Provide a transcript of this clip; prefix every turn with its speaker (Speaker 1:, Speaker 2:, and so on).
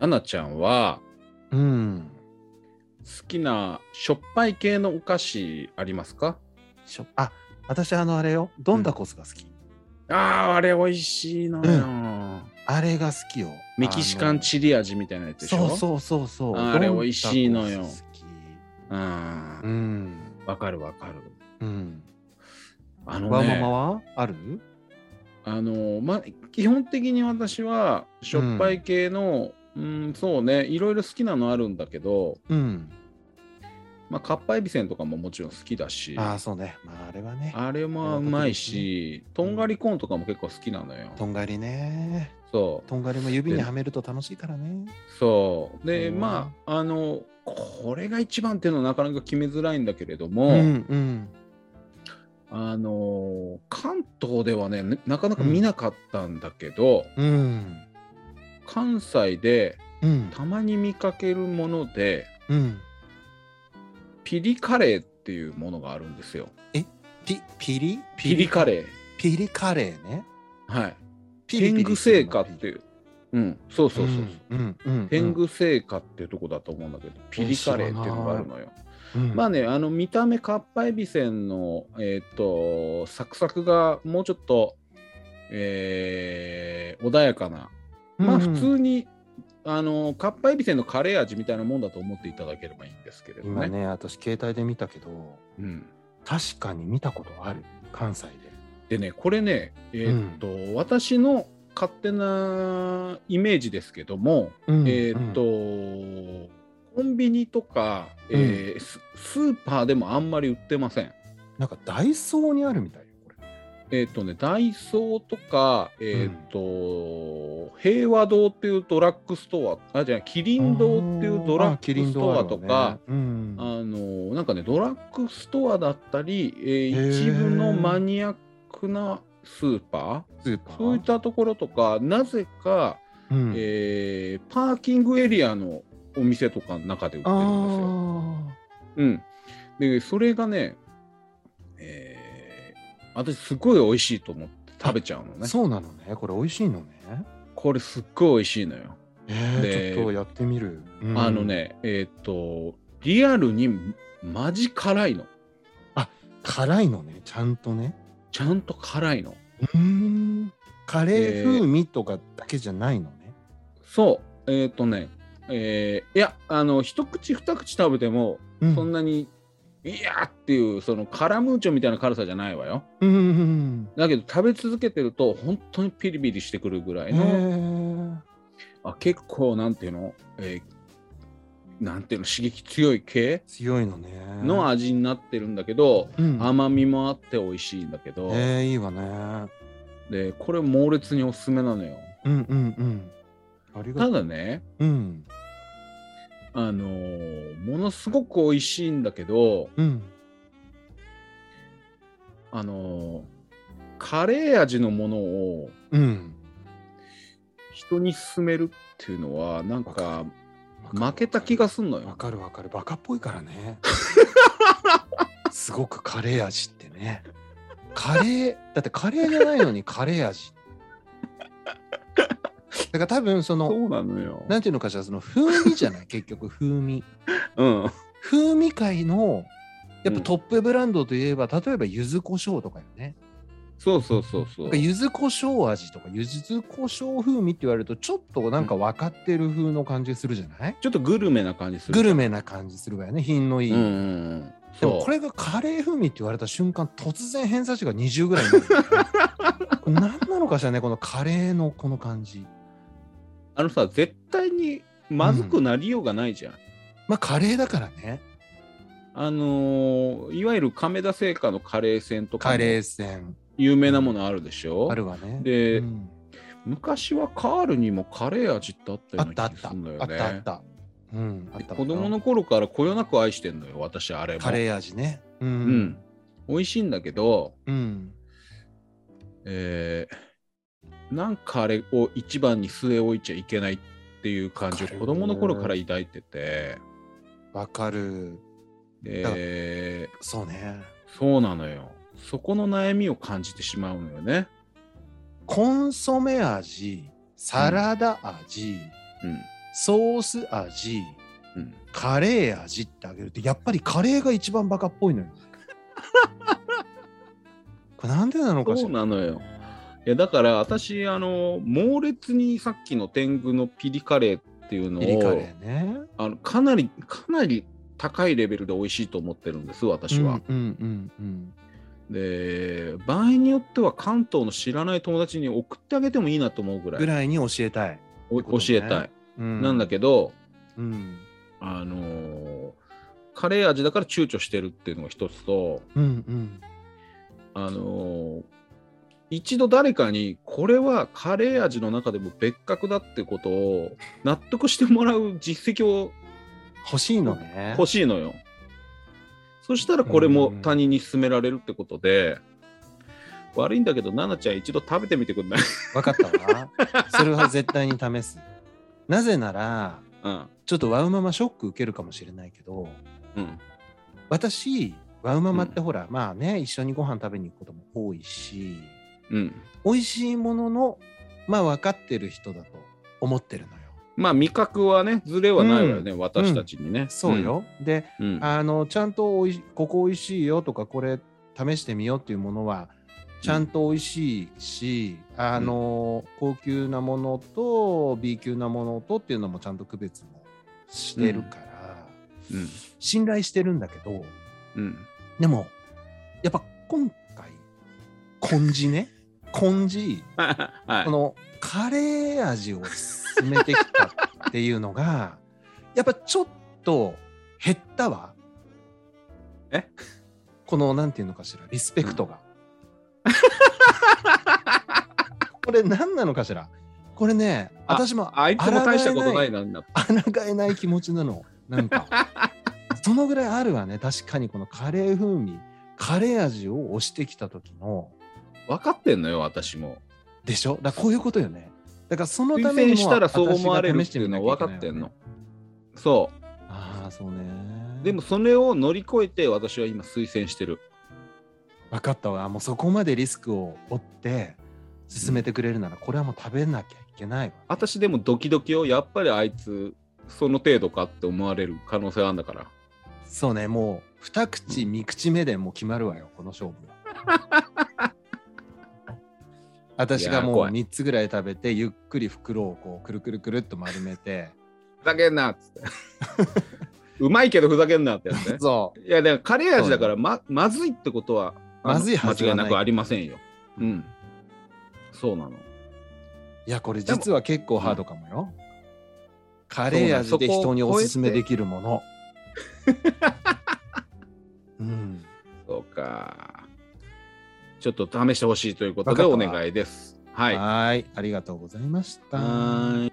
Speaker 1: アナちゃんは
Speaker 2: うん。
Speaker 1: 好きなしょっぱい系のお菓子ありますか
Speaker 2: しょあ、私あのあれよ。どんだこスが好き。
Speaker 1: あーあれ美味しいのよ、
Speaker 2: うあれが好きよ。
Speaker 1: メキシカンチリ味みたいなやつでし
Speaker 2: あの
Speaker 1: ょ
Speaker 2: そう
Speaker 1: う
Speaker 2: そうそうそう。
Speaker 1: あれ
Speaker 2: どんだこ
Speaker 1: 美味しいのよ
Speaker 2: 好きう
Speaker 1: わ
Speaker 2: ん。
Speaker 1: かるわかる
Speaker 2: うん。
Speaker 1: あの
Speaker 2: わ
Speaker 1: ね
Speaker 2: ままはある？
Speaker 1: あのまあ基本的に私はしょっぱい系の、うん、そうねいろいろ好きなのあるんだけど、
Speaker 2: うん。
Speaker 1: まあ、かっぱえびせんとかももちろん好きだし
Speaker 2: ああそうね。まああれはね。
Speaker 1: あれもうまいし、とんがりコーンとかも結構好きなのよ。
Speaker 2: とんがりね。
Speaker 1: そう
Speaker 2: とんがりも指にはめると楽しいからね。
Speaker 1: そうで、
Speaker 2: うん
Speaker 1: まああのこれが一番っていうのはなかなか決めづらいんだけれど
Speaker 2: う
Speaker 1: も、
Speaker 2: んうん。
Speaker 1: あの関東ではねななかなか見なかったんだけど、
Speaker 2: うん。
Speaker 1: 関西で
Speaker 2: うん。
Speaker 1: たまに見かけるもので
Speaker 2: うん。
Speaker 1: ピリカレーっていうものがあるんですよ。
Speaker 2: ピピリ
Speaker 1: ピリカ
Speaker 2: レー。
Speaker 1: レー。
Speaker 2: ピリカレーね。
Speaker 1: はい。
Speaker 2: ピリ
Speaker 1: 天
Speaker 2: ピ
Speaker 1: 狗
Speaker 2: リする
Speaker 1: 製
Speaker 2: の
Speaker 1: 菓っていう。うん、そうそうそうそう。
Speaker 2: うんうんうん。
Speaker 1: 天狗製菓っていうとこだと思うんだけど、ピリカレーっていうのがあるのよ。
Speaker 2: うん。
Speaker 1: まあね、あの見た目かっぱえびせんの、えーっとサクサクがもうちょっと、えー穏やかな、まあ
Speaker 2: うん
Speaker 1: 普通に、あのかっぱえびせんのカレー味みたいなもんだと思っていただければいいんですけれど
Speaker 2: 今
Speaker 1: ね。
Speaker 2: ね、私携帯で見たけど、
Speaker 1: うん、
Speaker 2: 確かに見たことある。関西
Speaker 1: で
Speaker 2: で。
Speaker 1: ねこれね、えーっと私の勝手なイメージですけども、
Speaker 2: うん
Speaker 1: えーっと、。コンビニとか、えーススーパーでもあんまり売ってません。
Speaker 2: なんかダイソーにあるみたいよ。これ
Speaker 1: えっ、とね、ダイソーとか、えっ、と、平和堂っていうドラッグストア、あ、じゃあ、キリン堂っていうドラ
Speaker 2: あキ
Speaker 1: ッ
Speaker 2: リ
Speaker 1: グ
Speaker 2: ン
Speaker 1: ス
Speaker 2: 堂
Speaker 1: ト
Speaker 2: あ
Speaker 1: ア
Speaker 2: る
Speaker 1: と
Speaker 2: わね
Speaker 1: か、
Speaker 2: うん
Speaker 1: あの、なんかね、ドラッグストアだったり、えー
Speaker 2: へー
Speaker 1: 一部のマニアックなスーパ
Speaker 2: スーパ
Speaker 1: ー、
Speaker 2: ー
Speaker 1: そういったところとか、なぜか、
Speaker 2: うん
Speaker 1: えーパーキングエリアのお店とかの中で売ってるんですよ。
Speaker 2: あ
Speaker 1: うん。で、それがね、えー、私すごい美味しいと思って食べちゃうの
Speaker 2: あ、
Speaker 1: ね。
Speaker 2: そうなのね。これ美味しいのね。
Speaker 1: これすっごい美味しいのよ。
Speaker 2: え
Speaker 1: で
Speaker 2: ー、ちょっとやってみる。うん
Speaker 1: あの。ね、えーっ、と、リアルにマジ辛いの。
Speaker 2: 辛いのね、ちゃんとね。
Speaker 1: ちゃんと辛いの。
Speaker 2: うん。カレー風味とかだけじゃないのね。
Speaker 1: そう。えーっ、とね、えーいや、あの、一口二口食べても、
Speaker 2: うん
Speaker 1: そんなに、いやーっていう、そのカラムーチョみたいな辛さじゃないわよ。
Speaker 2: うんうん
Speaker 1: だけど食べ続けてると、本当にピリピリしてくるぐら
Speaker 2: うん。
Speaker 1: いの、
Speaker 2: へ
Speaker 1: あ結構なんていうの、えーなんていうの刺激強い系
Speaker 2: え強いのね。
Speaker 1: の味になってるんだけど、
Speaker 2: うん
Speaker 1: 甘みもあって美味しいんだけど、
Speaker 2: えー、いいわね。
Speaker 1: でこれ猛烈におすすめなのよ
Speaker 2: うんうんうん。ありが
Speaker 1: た
Speaker 2: とう。
Speaker 1: だね
Speaker 2: うん
Speaker 1: あのーものすごく美味しいんだけど
Speaker 2: うん。
Speaker 1: あのーカレー味のものを
Speaker 2: うん。
Speaker 1: 人に勧めるっていうのはなん
Speaker 2: わ
Speaker 1: か
Speaker 2: か
Speaker 1: 負けた気がすんの
Speaker 2: わ
Speaker 1: よ
Speaker 2: かるわかる。バカっぽいから ね。すごくカレー味ってね。カレー、だってカレーじゃないのに カレー味。だから多分そ
Speaker 1: そ
Speaker 2: の、
Speaker 1: うなのよ
Speaker 2: なんていうのかしら、その風味じゃない、結局風味。
Speaker 1: うん
Speaker 2: 風味界の、や
Speaker 1: う
Speaker 2: っぱ
Speaker 1: ん
Speaker 2: トップブランドといえば、例えば柚子胡椒とかよね。
Speaker 1: そうそうそうそ
Speaker 2: な
Speaker 1: うん
Speaker 2: か柚子胡椒味とか柚子胡椒風味って言われるとちょっとなんか分かってる風の感じするじゃない、
Speaker 1: ちょっとグルメな感じする
Speaker 2: グルメな感じするわよね品のいい、
Speaker 1: うんうんうん
Speaker 2: で
Speaker 1: そう
Speaker 2: もこれがカレー風味って言われた瞬間突然偏差値が20ぐらいになるんだよねこれ何なのかしらねこのカレーのこの感じ
Speaker 1: あのさ、絶対にまずくなりようがないじゃん。
Speaker 2: まあカレーだからね
Speaker 1: あのーいわゆる亀田製菓のカレー船とか
Speaker 2: カ
Speaker 1: も
Speaker 2: レー戦
Speaker 1: 有名なものあるでしょ、
Speaker 2: あるわね
Speaker 1: で
Speaker 2: うん
Speaker 1: 昔はカールにもカレー味ってあった
Speaker 2: あ
Speaker 1: ような
Speaker 2: ったあ
Speaker 1: 気
Speaker 2: っ
Speaker 1: がす
Speaker 2: た、
Speaker 1: るんだ
Speaker 2: あ
Speaker 1: よ
Speaker 2: ったあ
Speaker 1: ね。
Speaker 2: ったうんあった
Speaker 1: 子供の頃からこよなく愛してんのよ、私、あれも。
Speaker 2: カレー味ねう
Speaker 1: うんん。美味しいんだけど、
Speaker 2: うん
Speaker 1: えーなんかあれを一番に据え置いちゃいけないっていう感じを
Speaker 2: わかる
Speaker 1: 子供の頃から抱いてて、
Speaker 2: わ、かるだから
Speaker 1: で、
Speaker 2: そうね
Speaker 1: そうなのよ。そこの悩みを感じてしまうのよね。
Speaker 2: コンソメ味サラダ味、
Speaker 1: うん
Speaker 2: ソース味
Speaker 1: うん
Speaker 2: カレー味ってあげるとやっぱりカレーが一番バカっ ぽいのよこれなんでなのかし
Speaker 1: そ
Speaker 2: ら
Speaker 1: うなのよ。いやだから私あの猛烈にさっきの天狗のピリカレーっていうの
Speaker 2: ピリカレ
Speaker 1: を
Speaker 2: ーね
Speaker 1: あのかなりかなり高いレベルで美味しいと思ってるんです私は。
Speaker 2: うんうんうん
Speaker 1: で場合によっては関東の知らない友達に送ってあげてもいいなと思うぐ
Speaker 2: う
Speaker 1: ら
Speaker 2: ん
Speaker 1: い
Speaker 2: ぐらいに教えたい、
Speaker 1: お
Speaker 2: ってことね
Speaker 1: 教えたい、
Speaker 2: うん
Speaker 1: なんだけど
Speaker 2: うん
Speaker 1: あのーカレー味だから躊躇してるっていうのが一つと
Speaker 2: うんうん
Speaker 1: あのー一度誰かにこれはカレー味の中でも別格だってことを納得してもらう実績を
Speaker 2: 欲しいのね
Speaker 1: 欲しいの よ。そしたらこれも他人に勧められるってことで、悪いんだけど、奈々ちゃん一度食べてみてくんない、
Speaker 2: 分かったわそれは絶対に試すなぜなら
Speaker 1: うん
Speaker 2: ちょっとワウママショック受けるかもしれないけど
Speaker 1: うん、
Speaker 2: 私ワウママってほら、まあね一緒にご飯食べに行くことも多いし
Speaker 1: うん。
Speaker 2: 美味しいもののまあ分かってる人だと思ってるのよ
Speaker 1: まあ味覚はね、ずれはないわよね、私たちにね。
Speaker 2: そうよ、で
Speaker 1: うん。うん。
Speaker 2: あのちゃんとおいしここ美味しいよとかこれ試してみようっていうものはちゃんと美味しいし、あの高級なものと B 級なものとっていうのもちゃんと区別もしてるから、
Speaker 1: うん
Speaker 2: 信頼してるんだけど
Speaker 1: うん
Speaker 2: でもやっぱ今回根治ね根治
Speaker 1: はい
Speaker 2: こ。のカレー味を進めてきたっていうのが やっぱちょっと減ったわ
Speaker 1: え
Speaker 2: このなんていうのかしらリスペクトが、 これ何なのかしらこれね
Speaker 1: あ
Speaker 2: 私も
Speaker 1: あいつも大したことない
Speaker 2: 抗
Speaker 1: なになって。
Speaker 2: えない抗えない気持ちなのな んかそのぐらいあるわね確かにこのカレー風味カレー味を押してきた時の
Speaker 1: 分かってんのよ、私も。
Speaker 2: でしょだからこういうことよね。だからその
Speaker 1: 推
Speaker 2: ために
Speaker 1: 薦し
Speaker 2: も
Speaker 1: たらそう
Speaker 2: 私
Speaker 1: 思
Speaker 2: が
Speaker 1: われるっ
Speaker 2: 試して
Speaker 1: い
Speaker 2: み
Speaker 1: う
Speaker 2: な
Speaker 1: の
Speaker 2: きゃ
Speaker 1: はい分か
Speaker 2: けない
Speaker 1: ってん
Speaker 2: よ
Speaker 1: の
Speaker 2: ね。。
Speaker 1: そ
Speaker 2: ああ、そうね。
Speaker 1: う。でも、それを乗り越えて私は今推薦してる。
Speaker 2: 分かったわ。もうそこまでリスクを負って進めてくれるなら、これはもう食べなきゃいけないわ。
Speaker 1: 私でもドキドキをやっぱりあいつその程度かって思われる可能性あるんだから。
Speaker 2: そうね、もう二口、三口目でもう決まるわよ、この勝負は。 私が
Speaker 1: いや
Speaker 2: も
Speaker 1: 怖
Speaker 2: う
Speaker 1: い
Speaker 2: 3つぐらい食べてゆっくり袋をこうくるくるくるっと丸めて
Speaker 1: ふざけんなっつ って。うまいけどふざけんなってやつ ね。
Speaker 2: そう
Speaker 1: いやだからカレー味だからままずいってことはあの
Speaker 2: まずいはず
Speaker 1: 間違
Speaker 2: はいない
Speaker 1: なくありませんよ。うん。そうなの。
Speaker 2: いやこれ
Speaker 1: でも
Speaker 2: 実は結構ハードかもよ。カレー味で人におすすめできるもの。うん、
Speaker 1: そうか。ちょっと試してほしいということ
Speaker 2: わか
Speaker 1: で
Speaker 2: っ
Speaker 1: お
Speaker 2: たわ
Speaker 1: 願いです。は。
Speaker 2: はいーいありがとうございました。
Speaker 1: はーい